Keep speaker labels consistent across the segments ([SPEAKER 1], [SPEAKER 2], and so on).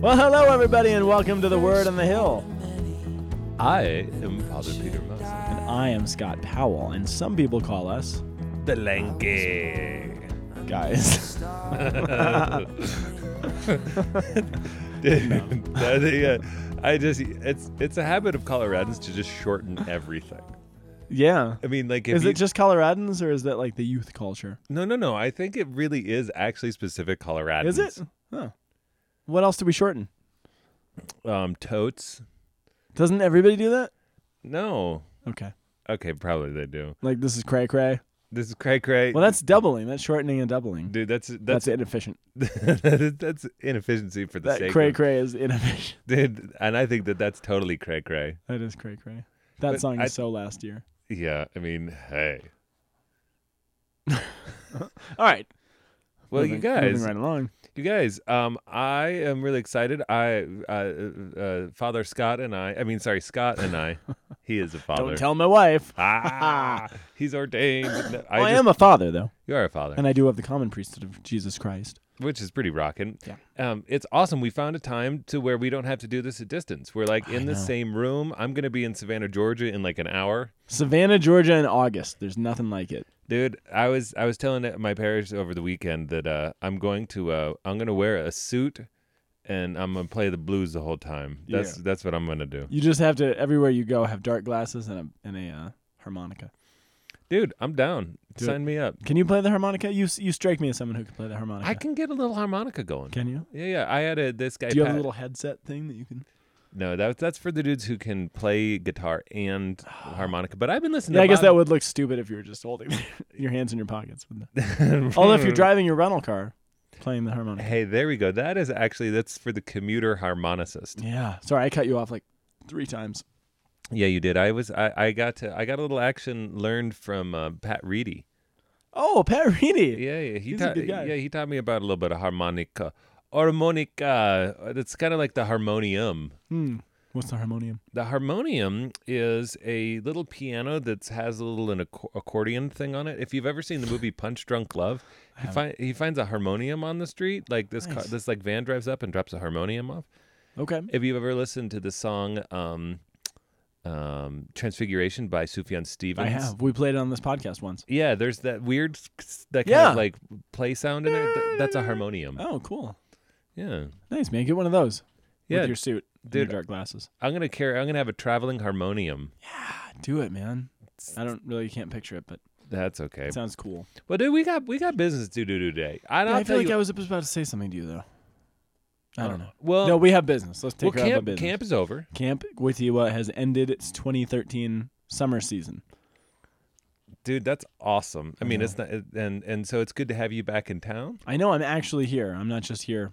[SPEAKER 1] Well, hello, everybody, and welcome to The Word on the Hill.
[SPEAKER 2] I am Father Peter Mosen.
[SPEAKER 1] And I am Scott Powell, and some people call us
[SPEAKER 2] The Lanky.
[SPEAKER 1] guys.
[SPEAKER 2] Dude, that- yeah, I just it's it's a habit of Coloradans to just shorten everything.
[SPEAKER 1] yeah.
[SPEAKER 2] I mean, like if
[SPEAKER 1] Is
[SPEAKER 2] you,
[SPEAKER 1] it just Coloradans, or is that like the youth culture?
[SPEAKER 2] no, no, no. I think it really is actually specific Coloradans.
[SPEAKER 1] Is it? Huh. What else do we shorten?
[SPEAKER 2] Um, totes?
[SPEAKER 1] Doesn't everybody do that?
[SPEAKER 2] No.
[SPEAKER 1] Okay.
[SPEAKER 2] Okay, probably they do.
[SPEAKER 1] Like this is cray cray.
[SPEAKER 2] This is cray cray.
[SPEAKER 1] Well, that's doubling. That's shortening and doubling.
[SPEAKER 2] dude. That's
[SPEAKER 1] That's,
[SPEAKER 2] that's
[SPEAKER 1] inefficient.
[SPEAKER 2] that's inefficiency for the
[SPEAKER 1] That
[SPEAKER 2] sake
[SPEAKER 1] cray
[SPEAKER 2] of
[SPEAKER 1] cray is inefficient.
[SPEAKER 2] dude. And I think that that's totally cray cray.
[SPEAKER 1] That is cray cray. That
[SPEAKER 2] But
[SPEAKER 1] song
[SPEAKER 2] I-
[SPEAKER 1] is so last year.
[SPEAKER 2] Yeah, I mean, hey.
[SPEAKER 1] All right.
[SPEAKER 2] Well,
[SPEAKER 1] moving,
[SPEAKER 2] you guys,
[SPEAKER 1] Moving right along.
[SPEAKER 2] You guys, um, I am really excited. I, uh, uh, Father Scott and I, I mean, sorry, Scott and I, he is a father.
[SPEAKER 1] Don't tell my wife.
[SPEAKER 2] Ah, he's ordained. No,
[SPEAKER 1] I, am a father, though.
[SPEAKER 2] You are a father,
[SPEAKER 1] And I do have the common priesthood of Jesus Christ.
[SPEAKER 2] which is pretty rocking.
[SPEAKER 1] Yeah.
[SPEAKER 2] Um, it's awesome. We found a time to where we don't have to do this at distance. We're like in the
[SPEAKER 1] know.
[SPEAKER 2] same room. I'm gonna be in Savannah, Georgia, in like an hour.
[SPEAKER 1] Savannah, Georgia in August. There's nothing like it.
[SPEAKER 2] Dude, I was I was telling my parish over the weekend that uh, I'm going to uh, I'm gonna wear a suit, and I'm gonna play the blues the whole time. That's that's what I'm gonna do.
[SPEAKER 1] You just have to everywhere you go have dark glasses and a and a uh, harmonica.
[SPEAKER 2] Dude, I'm down.
[SPEAKER 1] Do
[SPEAKER 2] Sign me up.
[SPEAKER 1] Can you play the harmonica? You s- you strike me as someone who can play the harmonica.
[SPEAKER 2] I can get a little harmonica going.
[SPEAKER 1] Can you?
[SPEAKER 2] Yeah, yeah. I had a this guy.
[SPEAKER 1] Do you have
[SPEAKER 2] Pat-
[SPEAKER 1] a little headset thing that you can?
[SPEAKER 2] No, that's that's for the dudes who can play guitar and harmonica. But I've been listening.
[SPEAKER 1] Yeah,
[SPEAKER 2] to
[SPEAKER 1] I guess that
[SPEAKER 2] Bob-
[SPEAKER 1] would look stupid if you were just holding your hands in your pockets. wouldn't it? Although if you're driving your rental car, playing the harmonica.
[SPEAKER 2] Hey, there we go. That is actually that's for the commuter harmonicist.
[SPEAKER 1] Yeah. Sorry, I cut you off like three times.
[SPEAKER 2] Yeah, you did. I was I, I got to I got a little action learned from uh, Pat Reedy.
[SPEAKER 1] Oh, Pat Reedy.
[SPEAKER 2] Yeah, yeah. He
[SPEAKER 1] He's a
[SPEAKER 2] taught
[SPEAKER 1] good guy.
[SPEAKER 2] yeah he taught me about a little bit of harmonica. Harmonica. It's kind of like the harmonium.
[SPEAKER 1] Hmm. What's the harmonium?
[SPEAKER 2] The harmonium is a little piano that has a little an acc- accordion thing on it. If you've ever seen the movie Punch Drunk Love, he, find, he finds a harmonium on the street. Like this, car,
[SPEAKER 1] Nice.
[SPEAKER 2] this like van drives up and drops a harmonium off.
[SPEAKER 1] Okay.
[SPEAKER 2] If you've ever listened to the song um, um, "Transfiguration" by Sufjan Stevens,
[SPEAKER 1] I have. We played it on this podcast once.
[SPEAKER 2] Yeah, there's that weird s- that kind
[SPEAKER 1] Yeah.
[SPEAKER 2] of like play sound in there. Th- that's a harmonium.
[SPEAKER 1] Oh, cool.
[SPEAKER 2] Yeah,
[SPEAKER 1] Nice, man. Get one of those.
[SPEAKER 2] yeah.
[SPEAKER 1] With your suit. and
[SPEAKER 2] dude.
[SPEAKER 1] Your dark glasses.
[SPEAKER 2] I'm gonna carry. I'm gonna have a traveling harmonium.
[SPEAKER 1] Do it, man. I don't really can't picture it, but
[SPEAKER 2] That's okay.
[SPEAKER 1] it sounds cool.
[SPEAKER 2] Well, dude, we got we got business to do today. I,
[SPEAKER 1] Yeah,
[SPEAKER 2] I'll
[SPEAKER 1] I
[SPEAKER 2] tell
[SPEAKER 1] feel like
[SPEAKER 2] you, uh,
[SPEAKER 1] I was about to say something to you though. I don't know.
[SPEAKER 2] Well,
[SPEAKER 1] no, we have business. Let's
[SPEAKER 2] well
[SPEAKER 1] take care of our
[SPEAKER 2] camp,
[SPEAKER 1] business.
[SPEAKER 2] camp is over.
[SPEAKER 1] Camp Witiwa has ended its 2013 summer season.
[SPEAKER 2] Dude, that's awesome. I mean, it's not, and and so it's good to have you back in town
[SPEAKER 1] I know I'm actually here. I'm not just here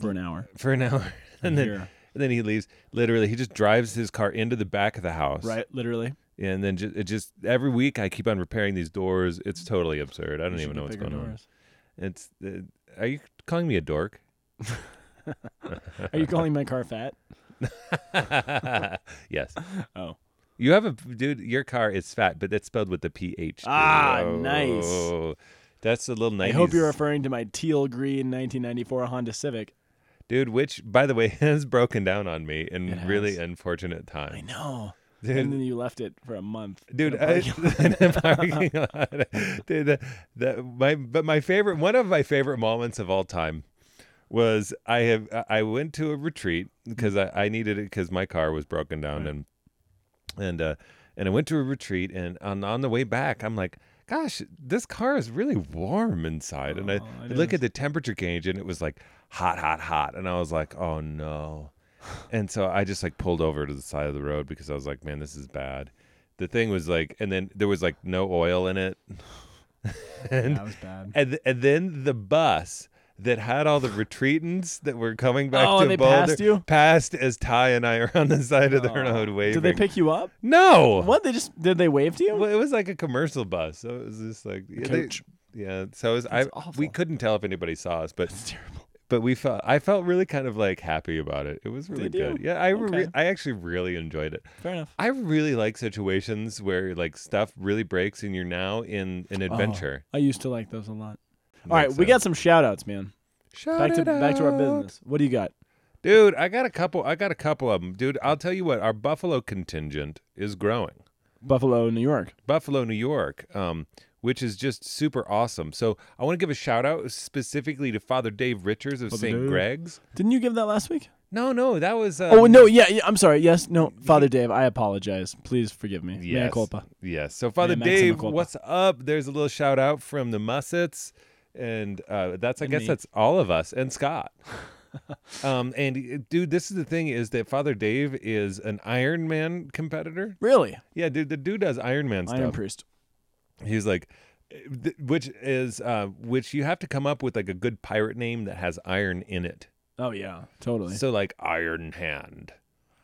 [SPEAKER 1] for an hour.
[SPEAKER 2] for an hour.
[SPEAKER 1] I'm
[SPEAKER 2] And then
[SPEAKER 1] here,
[SPEAKER 2] and then he leaves. Literally, he just drives his car into the back of the house.
[SPEAKER 1] right? Literally.
[SPEAKER 2] And then just, it just every week I keep on repairing these doors. It's totally absurd. I don't
[SPEAKER 1] We should
[SPEAKER 2] even know
[SPEAKER 1] get
[SPEAKER 2] what's
[SPEAKER 1] bigger
[SPEAKER 2] going
[SPEAKER 1] doors.
[SPEAKER 2] on. It's uh, are you calling me a dork?
[SPEAKER 1] Are you calling my car fat?
[SPEAKER 2] yes.
[SPEAKER 1] Oh,
[SPEAKER 2] You have a dude. Your car is fat, but that's spelled with the ph.
[SPEAKER 1] Ah, nice.
[SPEAKER 2] nice. That's a little nice.
[SPEAKER 1] I hope you're referring to my teal green 1994 Honda Civic.
[SPEAKER 2] dude. Which, by the way, has broken down on me in
[SPEAKER 1] It
[SPEAKER 2] really
[SPEAKER 1] has.
[SPEAKER 2] unfortunate time.
[SPEAKER 1] I know. And
[SPEAKER 2] Dude,
[SPEAKER 1] then you left it for a month. in
[SPEAKER 2] dude,
[SPEAKER 1] a
[SPEAKER 2] I,
[SPEAKER 1] parking lot.
[SPEAKER 2] in a parking lot. dude. The, the, my, but my favorite, one of my favorite moments of all time was I have I went to a retreat because I, I needed it because my car was broken down and and uh and I went to a retreat and on on the way back I'm like gosh this car is really warm inside and I,
[SPEAKER 1] Aw, Oh, it
[SPEAKER 2] I look
[SPEAKER 1] is.
[SPEAKER 2] at the temperature gauge and it was like hot hot hot and I was like oh no and so I just like pulled over to the side of the road because I was like man this is bad the thing was like and then there was like no oil in it and
[SPEAKER 1] that was bad.
[SPEAKER 2] and, th- and then the bus that had all the retreatants that were coming back
[SPEAKER 1] Oh,
[SPEAKER 2] to
[SPEAKER 1] they
[SPEAKER 2] Boulder
[SPEAKER 1] passed you?
[SPEAKER 2] passed as Ty and I are on the side of the
[SPEAKER 1] Aw.
[SPEAKER 2] road waving.
[SPEAKER 1] Did they pick you up?
[SPEAKER 2] no.
[SPEAKER 1] What? They just did they wave to you?
[SPEAKER 2] Well, it was like a commercial bus. So it was just like yeah, they-
[SPEAKER 1] Coach.
[SPEAKER 2] yeah. So it was, I
[SPEAKER 1] That's awful.
[SPEAKER 2] we couldn't tell if anybody saw us, but
[SPEAKER 1] It's terrible.
[SPEAKER 2] but we felt I felt really kind of like happy about it. It was really
[SPEAKER 1] Did you?
[SPEAKER 2] good. Yeah, I re-
[SPEAKER 1] Okay.
[SPEAKER 2] I actually really enjoyed it.
[SPEAKER 1] Fair enough.
[SPEAKER 2] I really like situations where like stuff really breaks and you're now in
[SPEAKER 1] Oh.
[SPEAKER 2] an adventure.
[SPEAKER 1] I used to like those a lot.
[SPEAKER 2] All
[SPEAKER 1] All right, we got some shout outs, man.
[SPEAKER 2] Shout
[SPEAKER 1] Back to
[SPEAKER 2] it
[SPEAKER 1] back to our
[SPEAKER 2] out.
[SPEAKER 1] business. What do you got?
[SPEAKER 2] Dude, I got a couple. I got a couple of them, dude. I'll tell you what. Our Buffalo contingent is growing.
[SPEAKER 1] Buffalo, New York.
[SPEAKER 2] Buffalo, New York, um, which is just super awesome. So I want to give a shout out specifically to Father Dave Richards of
[SPEAKER 1] Father
[SPEAKER 2] St.
[SPEAKER 1] Dave.
[SPEAKER 2] Greg's.
[SPEAKER 1] Didn't you give that last week?
[SPEAKER 2] No, no, that was. Um,
[SPEAKER 1] oh no, yeah, yeah. I'm sorry. Yes, no, Father Dave. I apologize. Please forgive me. Mea
[SPEAKER 2] Yes.
[SPEAKER 1] culpa.
[SPEAKER 2] Yes. So Father
[SPEAKER 1] Maxima
[SPEAKER 2] Dave,
[SPEAKER 1] culpa.
[SPEAKER 2] what's up? There's a little shout out from the Mussets, and uh, that's I
[SPEAKER 1] And
[SPEAKER 2] guess
[SPEAKER 1] me.
[SPEAKER 2] that's all of us and Scott. um, and uh, dude, this is the thing is that Father Dave is an Ironman competitor.
[SPEAKER 1] Really?
[SPEAKER 2] Yeah, dude, the dude does
[SPEAKER 1] Iron
[SPEAKER 2] Ironman stuff.
[SPEAKER 1] Priest.
[SPEAKER 2] He's like, th- which is uh, which you have to come up with like a good pirate name that has iron in it.
[SPEAKER 1] Oh yeah, totally.
[SPEAKER 2] So like Iron Hand.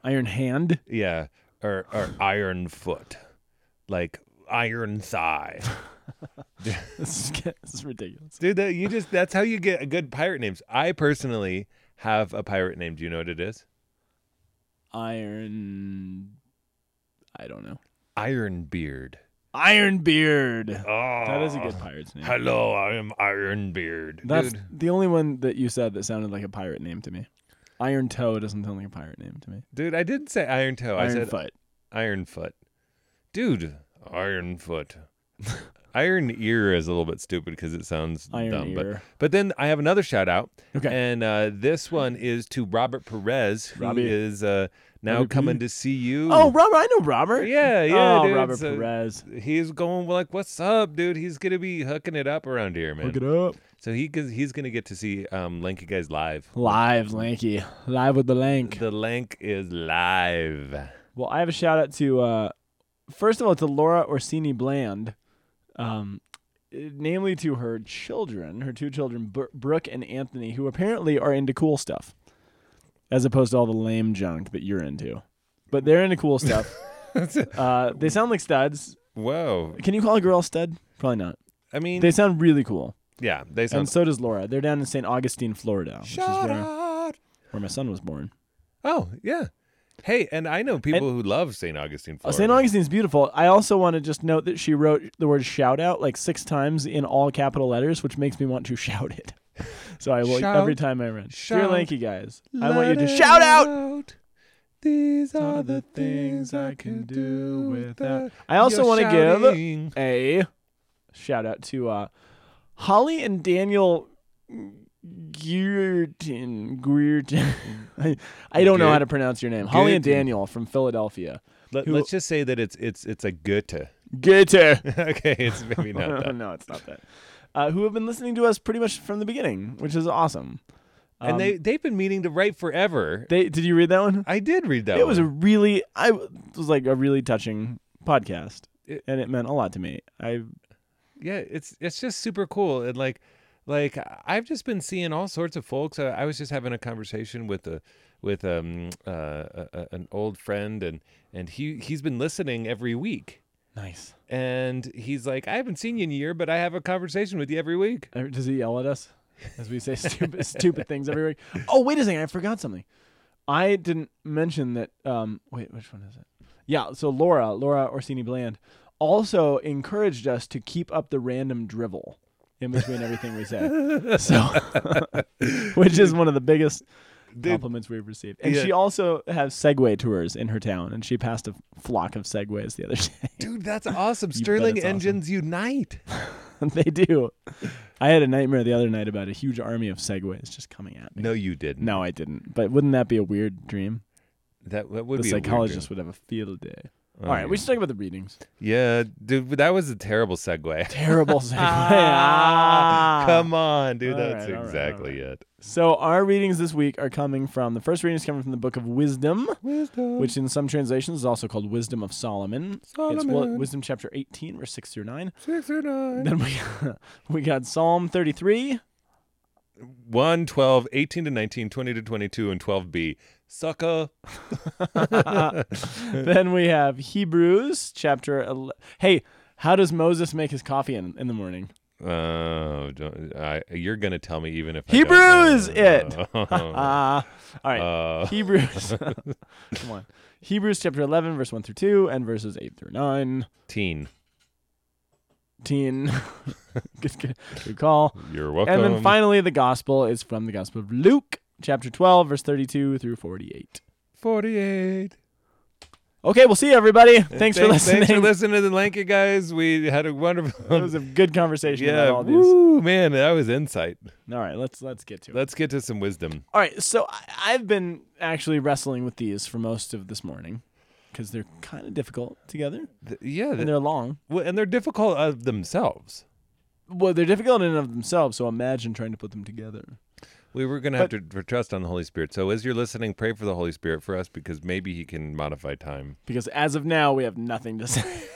[SPEAKER 1] Iron Hand.
[SPEAKER 2] Yeah, or or Iron Foot, like Iron Thigh.
[SPEAKER 1] this, is, this is ridiculous.
[SPEAKER 2] Dude, that you just that's how you get a good pirate names. I personally have a pirate name. Do you know what it is?
[SPEAKER 1] Iron. I don't know.
[SPEAKER 2] Ironbeard.
[SPEAKER 1] Iron Beard.
[SPEAKER 2] Oh. That
[SPEAKER 1] That is a good pirate's name.
[SPEAKER 2] Hello, I am Ironbeard.
[SPEAKER 1] That's
[SPEAKER 2] Dude,
[SPEAKER 1] the only one that you said that sounded like a pirate name to me. Iron Toe doesn't sound like a pirate name to me.
[SPEAKER 2] dude, I didn't say Iron Toe. Oh, I
[SPEAKER 1] Iron
[SPEAKER 2] said
[SPEAKER 1] Foot.
[SPEAKER 2] Ironfoot. Dude, Ironfoot. Iron Ear is a little bit stupid because it sounds
[SPEAKER 1] Iron
[SPEAKER 2] dumb.
[SPEAKER 1] Ear.
[SPEAKER 2] But, but then I have another shout out.
[SPEAKER 1] Okay.
[SPEAKER 2] And uh, this one is to Robert Perez, who is
[SPEAKER 1] Robbie.
[SPEAKER 2] uh, now
[SPEAKER 1] Robbie P.
[SPEAKER 2] coming to see you.
[SPEAKER 1] oh, Robert. I know Robert.
[SPEAKER 2] yeah, yeah.
[SPEAKER 1] oh,
[SPEAKER 2] dude.
[SPEAKER 1] Robert
[SPEAKER 2] So-
[SPEAKER 1] Perez.
[SPEAKER 2] he's going like, "What's up, dude?" He's gonna be hooking it up around here, man.
[SPEAKER 1] Look it up.
[SPEAKER 2] So he g- he's gonna get to see um Lanky guys live.
[SPEAKER 1] Live, Lanky. Live with the Lank.
[SPEAKER 2] The Lank is live.
[SPEAKER 1] Well, I have a shout out to uh, first of all to Laura Orsini Bland, um, eh, namely to her children, her two children, Br- Brooke and Anthony, who apparently are into cool stuff, as opposed to all the lame junk that you're into. But they're into cool stuff. uh, they sound like studs.
[SPEAKER 2] Whoa.
[SPEAKER 1] Can you call a girl a stud? Probably not.
[SPEAKER 2] I mean,
[SPEAKER 1] They sound really cool,
[SPEAKER 2] yeah, they sound.
[SPEAKER 1] and so does Laura. They're down in St. Augustine, Florida, which is
[SPEAKER 2] Shout
[SPEAKER 1] where,
[SPEAKER 2] out.
[SPEAKER 1] where my son was born.
[SPEAKER 2] Oh yeah. Hey, and Oh, I know people who love St. Augustine.
[SPEAKER 1] Uh,
[SPEAKER 2] Florida.
[SPEAKER 1] St. Augustine's beautiful. I also want to just note that she wrote the word shout out like six times in all capital letters, which makes me want to shout it. So I will
[SPEAKER 2] Shout,
[SPEAKER 1] every time I read. Dear
[SPEAKER 2] shout,
[SPEAKER 1] Lanky guys, I want you
[SPEAKER 2] Let
[SPEAKER 1] to
[SPEAKER 2] it
[SPEAKER 1] shout out.
[SPEAKER 2] These are the things I can do without.
[SPEAKER 1] I also
[SPEAKER 2] your
[SPEAKER 1] want to give
[SPEAKER 2] shouting.
[SPEAKER 1] a shout out to uh, Holly and Daniel Geerton. Geerton. I, I don't know how to pronounce your name. Holly and
[SPEAKER 2] Geerton.
[SPEAKER 1] Daniel from Philadelphia.
[SPEAKER 2] Let,
[SPEAKER 1] who-
[SPEAKER 2] let's just say that it's it's it's a Goethe.
[SPEAKER 1] Goethe.
[SPEAKER 2] okay, it's maybe not that.
[SPEAKER 1] no, it's not that. Uh, who have been listening to us pretty much from the beginning, which is awesome. Um,
[SPEAKER 2] and they they've been meaning to write forever.
[SPEAKER 1] they did you read that one?
[SPEAKER 2] I did read that.
[SPEAKER 1] it was a
[SPEAKER 2] one.
[SPEAKER 1] really, I it was like a really touching podcast,
[SPEAKER 2] It-
[SPEAKER 1] and it meant a lot to me. I
[SPEAKER 2] yeah. It's it's just super cool and like like I've just been seeing all sorts of folks. uh, I, I was just having a conversation with a with um uh, a, a- an old friend and and he he's been listening every week
[SPEAKER 1] nice.
[SPEAKER 2] and he's like I haven't seen you in a year but I have a conversation with you every week.
[SPEAKER 1] Uh, Does he yell at us as we say stupid stupid things every week? Oh, wait a second, I forgot something. I didn't mention that. Um, wait, which one is it? Yeah, so Laura, Laura Orsini Bland, also encouraged us to keep up the random drivel in between everything we say. So, which is one of the biggest compliments we've received. And
[SPEAKER 2] yeah.
[SPEAKER 1] she also has Segway tours in her town, and she passed a flock of Segways the other day.
[SPEAKER 2] Dude, that's awesome.
[SPEAKER 1] bet
[SPEAKER 2] Sterling
[SPEAKER 1] it's awesome.
[SPEAKER 2] engines unite.
[SPEAKER 1] they do. I had a nightmare the other night about a huge army of Segways just coming at me.
[SPEAKER 2] No, you didn't.
[SPEAKER 1] No, I didn't. But wouldn't that be a weird dream?
[SPEAKER 2] That, that would
[SPEAKER 1] the
[SPEAKER 2] be a weird
[SPEAKER 1] psychologist would have a field day.
[SPEAKER 2] dream.
[SPEAKER 1] All right,
[SPEAKER 2] Oh,
[SPEAKER 1] we should talk about the readings.
[SPEAKER 2] Yeah, dude, but that was a terrible segue.
[SPEAKER 1] Terrible segue. Ah.
[SPEAKER 2] Come on, dude.
[SPEAKER 1] All right,
[SPEAKER 2] that's
[SPEAKER 1] all right, all
[SPEAKER 2] exactly it.
[SPEAKER 1] So our readings this week are coming from the first reading is coming from the Book of Wisdom,
[SPEAKER 2] Wisdom.
[SPEAKER 1] which in some translations is also called Wisdom of Solomon. It's Wi-
[SPEAKER 2] Solomon.
[SPEAKER 1] Wisdom chapter eighteen, verse six through nine.
[SPEAKER 2] six or nine.
[SPEAKER 1] Then we we got Psalm thirty three.
[SPEAKER 2] 1, 12, 18 to 19, 20 to 22, and 12b. Sucker.
[SPEAKER 1] then we have Hebrews chapter. 11. Hey, how does Moses make his coffee in, in the morning?
[SPEAKER 2] Oh, don't, I, you're going to tell me even if
[SPEAKER 1] Hebrews
[SPEAKER 2] I
[SPEAKER 1] it.
[SPEAKER 2] don't know.
[SPEAKER 1] Ah, all right.
[SPEAKER 2] Oh, Uh,
[SPEAKER 1] Hebrews. Come on. Hebrews chapter 11, verse 1 through 2, and verses 8 through 9.
[SPEAKER 2] teen.
[SPEAKER 1] 10. good, good, good call.
[SPEAKER 2] You're welcome.
[SPEAKER 1] And then finally, the gospel is from the Gospel of Luke, chapter 12, verse 32 through 48.
[SPEAKER 2] 48.
[SPEAKER 1] Okay, we'll see you, everybody. Thanks for listening.
[SPEAKER 2] Thanks for listening to the Lanky guys. We had a
[SPEAKER 1] That was
[SPEAKER 2] wonderful.
[SPEAKER 1] a good conversation
[SPEAKER 2] Yeah,
[SPEAKER 1] about all these.
[SPEAKER 2] woo, man, that was insight.
[SPEAKER 1] All right, let's let's get to it.
[SPEAKER 2] Let's get to some wisdom.
[SPEAKER 1] All right, so I, I've been actually wrestling with these for most of this morning because they're kind of difficult together
[SPEAKER 2] Th- yeah, th-
[SPEAKER 1] and they're long.
[SPEAKER 2] well, and they're difficult of themselves.
[SPEAKER 1] Well, they're difficult in and of themselves, so imagine trying to put them together.
[SPEAKER 2] We were going to have to to trust on the Holy Spirit. So as you're listening, pray for the Holy Spirit for us because maybe He can modify time.
[SPEAKER 1] Because as of now, we have nothing to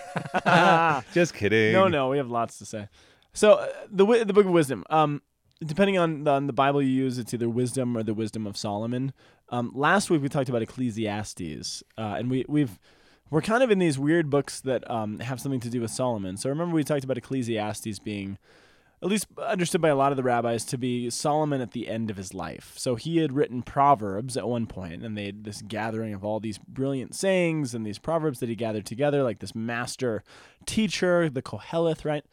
[SPEAKER 1] say.
[SPEAKER 2] Just kidding.
[SPEAKER 1] No, no, we have lots to say. So uh, the wi- the Book of Wisdom. Um, depending on the, on the Bible you use, it's either Wisdom or the Wisdom of Solomon. Um, last week we talked about Ecclesiastes, uh, and we we've we're kind of in these weird books that um, have something to do with Solomon. So remember we talked about Ecclesiastes being at least understood by a lot of the rabbis to be Solomon at the end of his life. So he had written proverbs at one point, and they had this gathering of all these brilliant sayings and these proverbs that he gathered together, like this master teacher, the Koheleth, right?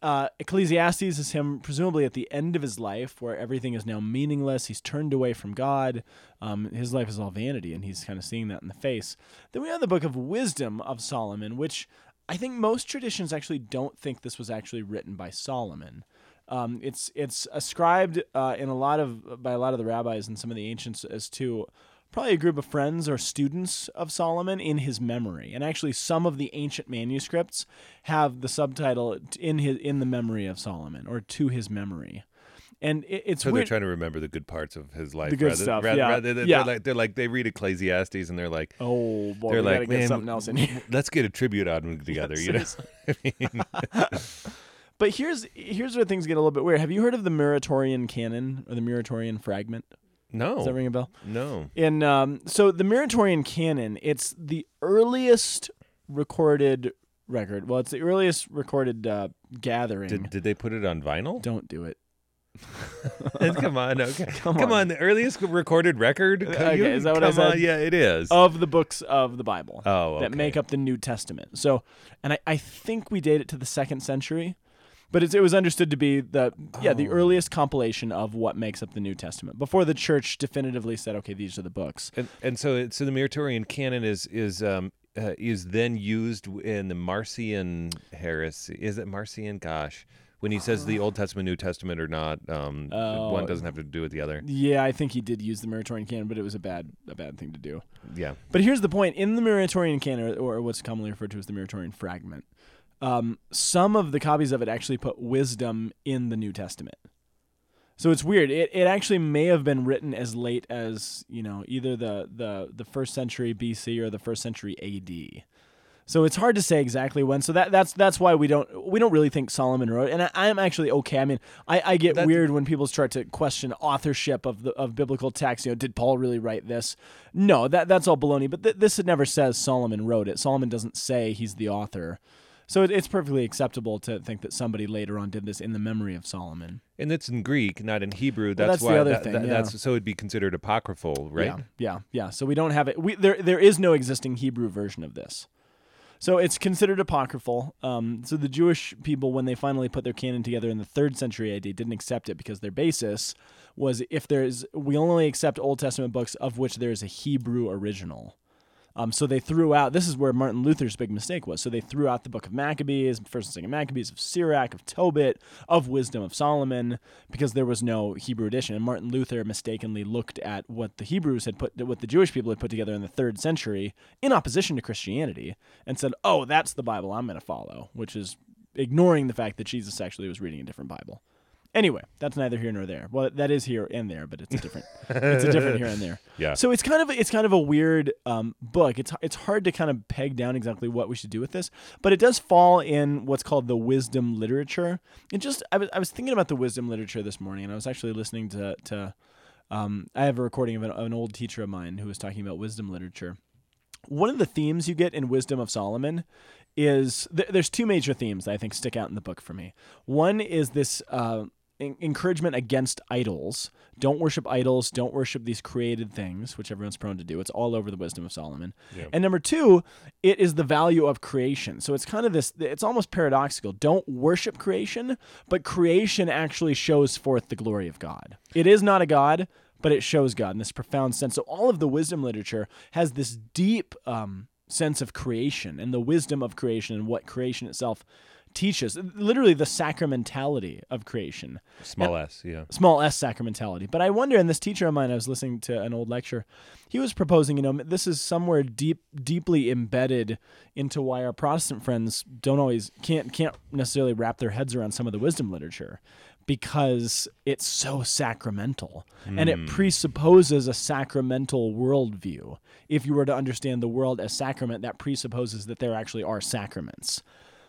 [SPEAKER 1] Uh, Ecclesiastes is him presumably at the end of his life, where everything is now meaningless. He's turned away from God. Um, his life is all vanity, and he's kind of seeing that in the face. Then we have the book of wisdom of Solomon, which I think most traditions actually don't think this was actually written by Solomon. Um, it's it's ascribed uh, in a lot of by a lot of the rabbis and some of the ancients as to probably a group of friends or students of Solomon in his memory. And actually, some of the ancient manuscripts have the subtitle in his in the memory of Solomon or to his memory. And it, it's
[SPEAKER 2] So
[SPEAKER 1] weird.
[SPEAKER 2] they're trying to remember the good parts of his life.
[SPEAKER 1] The good
[SPEAKER 2] rather,
[SPEAKER 1] stuff,
[SPEAKER 2] Rather,
[SPEAKER 1] yeah.
[SPEAKER 2] rather- they're,
[SPEAKER 1] Yeah.
[SPEAKER 2] like they're like they read Ecclesiastes and they're like,
[SPEAKER 1] oh boy,
[SPEAKER 2] they're
[SPEAKER 1] we
[SPEAKER 2] like,
[SPEAKER 1] gotta get
[SPEAKER 2] "Man,
[SPEAKER 1] something else in here.
[SPEAKER 2] let's get a tribute album together. you know.
[SPEAKER 1] But here's here's where things get a little bit weird. Have you heard of the Muratorian canon or the Muratorian fragment?
[SPEAKER 2] No.
[SPEAKER 1] Does that ring a bell?
[SPEAKER 2] No.
[SPEAKER 1] In um, so the Muratorian canon, it's the earliest recorded record. Well, it's the earliest recorded uh, gathering.
[SPEAKER 2] Did, did they put it on vinyl?
[SPEAKER 1] Don't do it.
[SPEAKER 2] Come on, okay. Come,
[SPEAKER 1] on.
[SPEAKER 2] on. the earliest recorded record. Come,
[SPEAKER 1] Okay,
[SPEAKER 2] you-
[SPEAKER 1] is that what I
[SPEAKER 2] come on,
[SPEAKER 1] said?
[SPEAKER 2] Yeah, it is.
[SPEAKER 1] Of the books of the Bible
[SPEAKER 2] oh, okay.
[SPEAKER 1] that make up the New Testament. So, and I, I think we date it to the second century, but it's, it was understood to be the yeah the
[SPEAKER 2] Oh.
[SPEAKER 1] earliest compilation of what makes up the New Testament before the church definitively said okay these are the books.
[SPEAKER 2] And, and so, it, so the Muratorian canon is is um uh, is then used in the Marcion heresy. Is it Marcion? Gosh, when he says the Old Testament, New Testament, or not, um,
[SPEAKER 1] Oh.
[SPEAKER 2] one doesn't have to do with the other.
[SPEAKER 1] Yeah, I think he did use the Muratorian canon, but it was a bad a bad thing to do.
[SPEAKER 2] Yeah.
[SPEAKER 1] But here's the point: in the Muratorian canon, or what's commonly referred to as the Muratorian fragment, um, some of the copies of it actually put wisdom in the New Testament. So it's weird. It, it actually may have been written as late as you know either the the the first century BC or the first century AD. So it's hard to say exactly when. So that that's that's why we don't we don't really think Solomon wrote. And I, I'm actually okay. I mean, I, I get
[SPEAKER 2] That's-
[SPEAKER 1] weird when people start to question authorship of the of biblical texts. You know, did Paul really write this? No, that that's all baloney. But th- this never says Solomon wrote it. Solomon doesn't say he's the author. So it, it's perfectly acceptable to think that somebody later on did this in the memory of Solomon.
[SPEAKER 2] And it's in Greek, not in Hebrew. That's,
[SPEAKER 1] that's the
[SPEAKER 2] why
[SPEAKER 1] other
[SPEAKER 2] that-
[SPEAKER 1] thing,
[SPEAKER 2] that-
[SPEAKER 1] yeah.
[SPEAKER 2] That's so it'd be considered apocryphal, right?
[SPEAKER 1] Yeah, yeah, yeah. So we don't have it. We there there is no existing Hebrew version of this. So it's considered apocryphal. Um, so the Jewish people, when they finally put their canon together in the third century AD, didn't accept it because their basis was if there is we only accept Old Testament books of which there is a Hebrew original. Um, so they threw out. This is where Martin Luther's big mistake was. So they threw out the Book of Maccabees, First and Second Maccabees of Sirach, of Tobit, of Wisdom of Solomon, because there was no Hebrew edition. And Martin Luther mistakenly looked at what the Hebrews had put, what the Jewish people had put together in the third century in opposition to Christianity, and said, "Oh, that's the Bible I'm going to follow," which is ignoring the fact that Jesus actually was reading a different Bible. Anyway, that's neither here nor there. Well, that is here and there, but it's a different, it's a different here and there.
[SPEAKER 2] Yeah.
[SPEAKER 1] So it's kind of it's kind of a weird um, book. It's it's hard to kind of peg down exactly what we should do with this, but it does fall in what's called the wisdom literature. And just I was I was thinking about the wisdom literature this morning, and I was actually listening to to um, I have a recording of an, of an old teacher of mine who was talking about wisdom literature. One of the themes you get in Wisdom of Solomon is th- there's two major themes that I think stick out in the book for me. One is this uh, en- encouragement against idols. Don't worship idols. Don't worship these created things, which everyone's prone to do. It's all over the Wisdom of Solomon. And number two, it is the value of creation. So it's kind of this, it's almost paradoxical. Don't worship creation, but creation actually shows forth the glory of God. It is not a God, but it shows God in this profound sense. So all of the wisdom literature has this deep um, sense of creation and the wisdom of creation and what creation itself teaches. Literally, the sacramentality of creation
[SPEAKER 2] Small s, yeah.
[SPEAKER 1] small s sacramentality. But I wonder, and this teacher of mine, I was listening to an old lecture, he was proposing, you know, this is somewhere deep, deeply embedded into why our Protestant friends don't always can't can't necessarily wrap their heads around some of the wisdom literature because it's so sacramental and
[SPEAKER 2] Hmm.
[SPEAKER 1] it presupposes a sacramental worldview. If you were to understand the world as sacrament, that presupposes that there actually are sacraments.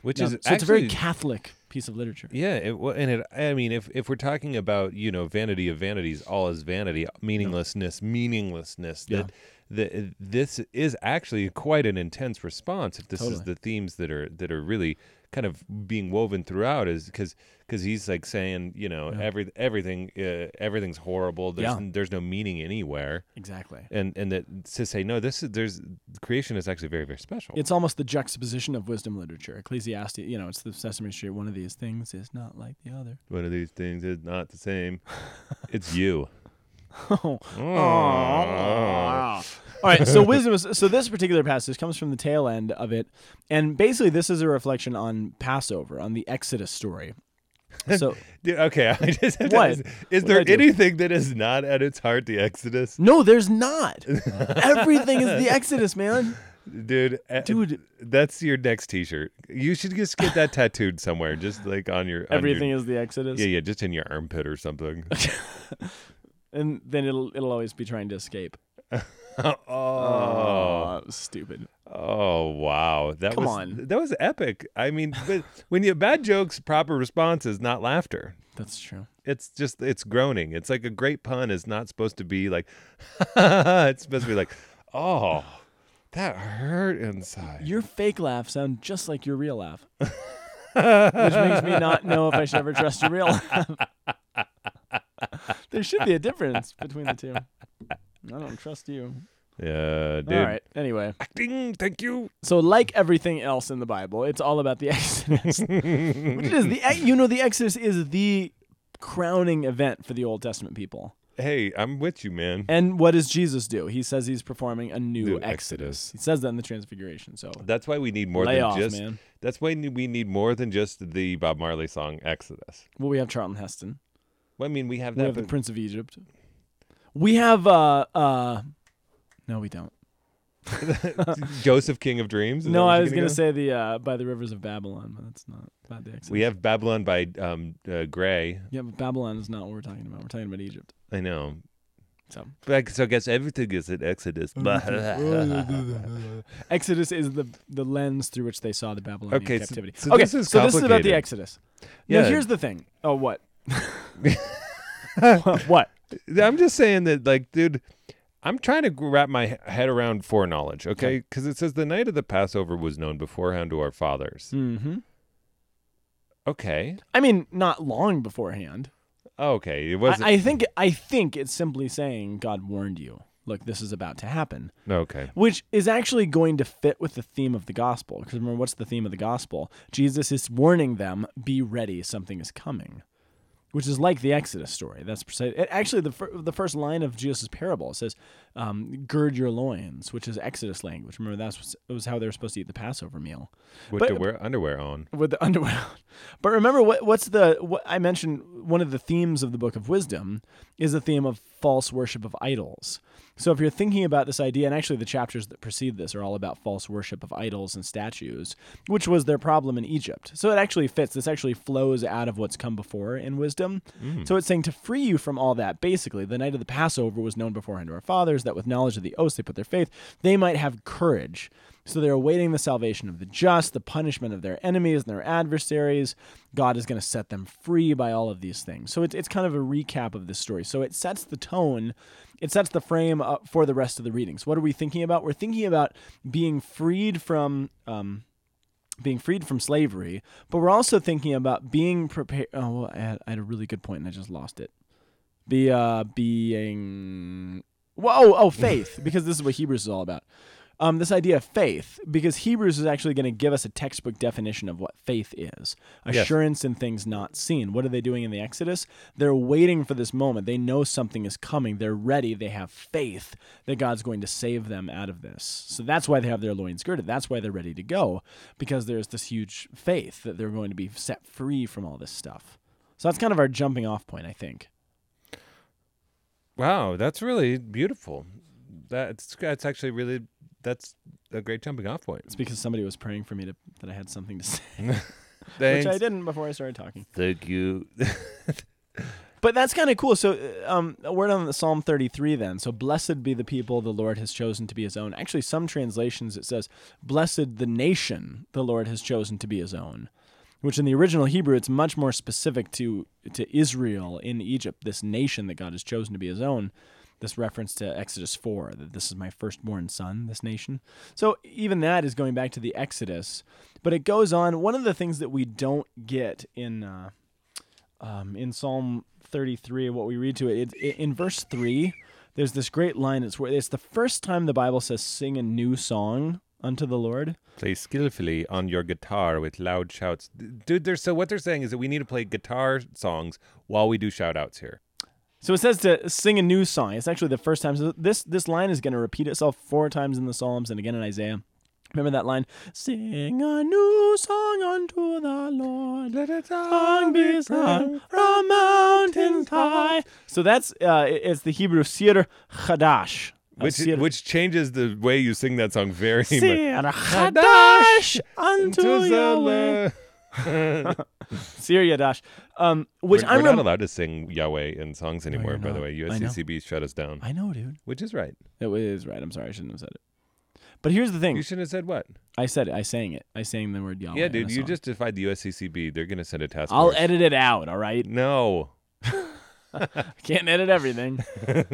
[SPEAKER 2] Which
[SPEAKER 1] Now,
[SPEAKER 2] is
[SPEAKER 1] so it's a very
[SPEAKER 2] actually-
[SPEAKER 1] Catholic piece of literature.
[SPEAKER 2] Yeah, it, wa- and it, I mean, if if we're talking about you know vanity of vanities, all is vanity, meaninglessness, meaninglessness. That that this is actually quite an intense response. If this is
[SPEAKER 1] Totally.
[SPEAKER 2] the themes that are that are really kind of being woven throughout, is because because he's like saying you know every everything uh, everything's horrible. There's
[SPEAKER 1] Yeah.
[SPEAKER 2] there's no meaning anywhere,
[SPEAKER 1] Exactly.
[SPEAKER 2] and and that to say no, this is there's creation is actually very very special.
[SPEAKER 1] It's almost the juxtaposition of wisdom literature. Ecclesiastes, you know, it's the Sesame Street. One of these things is not like the other.
[SPEAKER 2] One of these things is not the same. it's you.
[SPEAKER 1] Oh.
[SPEAKER 2] Oh.
[SPEAKER 1] All right. So wisdom. Is, so this particular passage comes from the tail end of it, and basically this is a reflection on Passover, on the Exodus story. So
[SPEAKER 2] Dude, okay, I just have
[SPEAKER 1] What?
[SPEAKER 2] to. Is, is
[SPEAKER 1] What
[SPEAKER 2] there
[SPEAKER 1] did I do?
[SPEAKER 2] anything that is not at its heart the Exodus,
[SPEAKER 1] no, there's not. Everything is the Exodus, man.
[SPEAKER 2] dude? uh,
[SPEAKER 1] Dude.
[SPEAKER 2] that's your next T-shirt. You should just get that tattooed somewhere, just like on your on your-
[SPEAKER 1] Everything is the Exodus,
[SPEAKER 2] yeah, yeah, just in your armpit or something.
[SPEAKER 1] and then it'll it'll always be trying to escape.
[SPEAKER 2] oh,
[SPEAKER 1] Oh, stupid.
[SPEAKER 2] oh, wow, that
[SPEAKER 1] Come
[SPEAKER 2] was
[SPEAKER 1] on.
[SPEAKER 2] that was epic. I mean, but when you bad jokes, proper response is not laughter.
[SPEAKER 1] That's true.
[SPEAKER 2] It's just it's groaning. It's like a great pun is not supposed to be like. it's supposed to be like, oh, that hurt inside.
[SPEAKER 1] Your fake laugh sound just like your real laugh. Which makes me not know if I should ever trust your real laugh. there should be a difference between the two. I don't trust you.
[SPEAKER 2] Yeah, dude.
[SPEAKER 1] All right. Anyway,
[SPEAKER 2] Ding, thank you.
[SPEAKER 1] so like everything else in the Bible, it's all about the Exodus. Which it is the you know the Exodus is the crowning event for the Old Testament people.
[SPEAKER 2] Hey, I'm with you, man.
[SPEAKER 1] And what does Jesus do? He says he's performing a new
[SPEAKER 2] New
[SPEAKER 1] exodus.
[SPEAKER 2] exodus.
[SPEAKER 1] He says that in the Transfiguration. So
[SPEAKER 2] That's why we need more
[SPEAKER 1] Lay
[SPEAKER 2] than
[SPEAKER 1] off,
[SPEAKER 2] just.
[SPEAKER 1] man.
[SPEAKER 2] That's why we need more than just the Bob Marley song Exodus.
[SPEAKER 1] well, we have Charlton Heston.
[SPEAKER 2] Well, I mean, we have
[SPEAKER 1] We
[SPEAKER 2] that.
[SPEAKER 1] have the
[SPEAKER 2] but-
[SPEAKER 1] Prince of Egypt. We have uh uh no we don't.
[SPEAKER 2] Joseph, King of Dreams. Is that
[SPEAKER 1] No,
[SPEAKER 2] what
[SPEAKER 1] I
[SPEAKER 2] you're
[SPEAKER 1] was gonna,
[SPEAKER 2] go?
[SPEAKER 1] say the uh by the rivers of Babylon, but that's not by the exodus.
[SPEAKER 2] We have Babylon by um, uh, Gray.
[SPEAKER 1] yeah, but Babylon is not what we're talking about. We're talking about Egypt.
[SPEAKER 2] I know.
[SPEAKER 1] So
[SPEAKER 2] But I, so I guess everything is an Exodus.
[SPEAKER 1] Exodus is the the lens through which they saw the Babylonian
[SPEAKER 2] Okay, so-
[SPEAKER 1] captivity.
[SPEAKER 2] so
[SPEAKER 1] okay,
[SPEAKER 2] this is
[SPEAKER 1] so this is about the
[SPEAKER 2] complicated.
[SPEAKER 1] Exodus.
[SPEAKER 2] Yeah.
[SPEAKER 1] Now here's the thing. Oh what? what?
[SPEAKER 2] I'm just saying that, like, dude, I'm trying to wrap my he- head around foreknowledge, okay? Because it says the night of the Passover was known beforehand to our fathers.
[SPEAKER 1] Mm-hmm.
[SPEAKER 2] Okay.
[SPEAKER 1] I mean, not long beforehand.
[SPEAKER 2] Okay. It wasn't.
[SPEAKER 1] I, I think I think it's simply saying God warned you. Look, this is about to happen.
[SPEAKER 2] Mm, okay.
[SPEAKER 1] which is actually going to fit with the theme of the gospel. Because remember, what's the theme of the gospel? Jesus is warning them, "Be ready, something is coming," which is like the Exodus story. That's precise. It, actually the fir- the first line of Jesus' parable says, um, "Gird your loins," which is Exodus language. Remember, that's that was how they were supposed to eat the Passover meal
[SPEAKER 2] With
[SPEAKER 1] But-
[SPEAKER 2] the wear underwear on.
[SPEAKER 1] with the underwear. on. But remember, what what's the what I mentioned? One of the themes of the Book of Wisdom is the theme of false worship of idols. So if you're thinking about this idea, and actually the chapters that precede this are all about false worship of idols and statues, which was their problem in Egypt. So it actually fits. This actually flows out of what's come before in wisdom. So it's saying to free you from all that. Basically, the night of the Passover was known beforehand to our fathers that with knowledge of the oaths they put their faith, they might have courage. So they're awaiting the salvation of the just, the punishment of their enemies and their adversaries. God is going to set them free by all of these things. So it's, it's kind of a recap of this story. So it sets the tone, it sets the frame up for the rest of the readings. What are we thinking about? We're thinking about being freed from. Um, being freed from slavery, but we're also thinking about being prepared. Oh, well, I had, I had a really good point and I just lost it. oh, Be uh, being. Whoa! Oh, faith, because this is what Hebrews is all about. um, this idea of faith, because Hebrews is actually going to give us a textbook definition of what faith is assurance in things not seen. What are they doing in the Exodus? They're waiting for this moment. They know something is coming. They're ready. They have faith that God's going to save them out of this. So that's why they have their loins girded. That's why they're ready to go, because there's this huge faith that they're going to be set free from all this stuff. So that's kind of our jumping off point, I think.
[SPEAKER 2] Wow, that's really beautiful. That's that's actually really that's a great jumping off point.
[SPEAKER 1] It's because somebody was praying for me to, that I had something to say,
[SPEAKER 2] Thanks.
[SPEAKER 1] which I didn't before I started talking.
[SPEAKER 2] Thank you.
[SPEAKER 1] But that's kind of cool. So, uh, um, a word on the Psalm 33 then. So, blessed be the people the Lord has chosen to be his own. Actually, some translations it says, blessed the nation the Lord has chosen to be his own, which in the original Hebrew, it's much more specific to, to Israel in Egypt, this nation that God has chosen to be his own. This reference to Exodus 4, that this is my firstborn son, this nation. So, even that is going back to the Exodus. But it goes on. One of the things that we don't get in. Uh, um, in Psalm 33, what we read to it, it, it- in verse 3, there's this great line. It's where it's the first time the Bible says, "Sing a new song unto the Lord."
[SPEAKER 2] play skillfully on your guitar with loud shouts. D- Dude, they're, so what they're saying is that we need to play guitar songs while we do shout outs here.
[SPEAKER 1] So it says to sing a new song. It's actually the first time. So this this line is going to repeat itself four times in the Psalms and again in Isaiah. Remember that line? Sing a new song unto the Lord.
[SPEAKER 2] Let it
[SPEAKER 1] song be sung from mountains high. So that's uh, it- it's the Hebrew Sir Chadash. Uh,
[SPEAKER 2] Which,
[SPEAKER 1] Sir-
[SPEAKER 2] which changes the way you sing that song very much.
[SPEAKER 1] Sir Hadash
[SPEAKER 2] To
[SPEAKER 1] unto Yahweh.
[SPEAKER 2] Zala.
[SPEAKER 1] Sir Yadash. Um, which
[SPEAKER 2] we're,
[SPEAKER 1] I'm
[SPEAKER 2] we're not
[SPEAKER 1] rem-
[SPEAKER 2] allowed to sing Yahweh in songs anymore,
[SPEAKER 1] you're
[SPEAKER 2] by the
[SPEAKER 1] not.
[SPEAKER 2] way.
[SPEAKER 1] I know.
[SPEAKER 2] USCCB shut us down,
[SPEAKER 1] I know, dude.
[SPEAKER 2] which is right.
[SPEAKER 1] It is right. I'm sorry. I shouldn't have said it. But here's the
[SPEAKER 2] You
[SPEAKER 1] thing.
[SPEAKER 2] shouldn't have said what?
[SPEAKER 1] I said it. I sang it. Oh, I sang the word Yahweh.
[SPEAKER 2] yeah,
[SPEAKER 1] in
[SPEAKER 2] dude,
[SPEAKER 1] a
[SPEAKER 2] you
[SPEAKER 1] song.
[SPEAKER 2] just defied the USCCB. They're going to send a task
[SPEAKER 1] I'll
[SPEAKER 2] force.
[SPEAKER 1] edit it out. All right.
[SPEAKER 2] No.
[SPEAKER 1] Can't edit everything.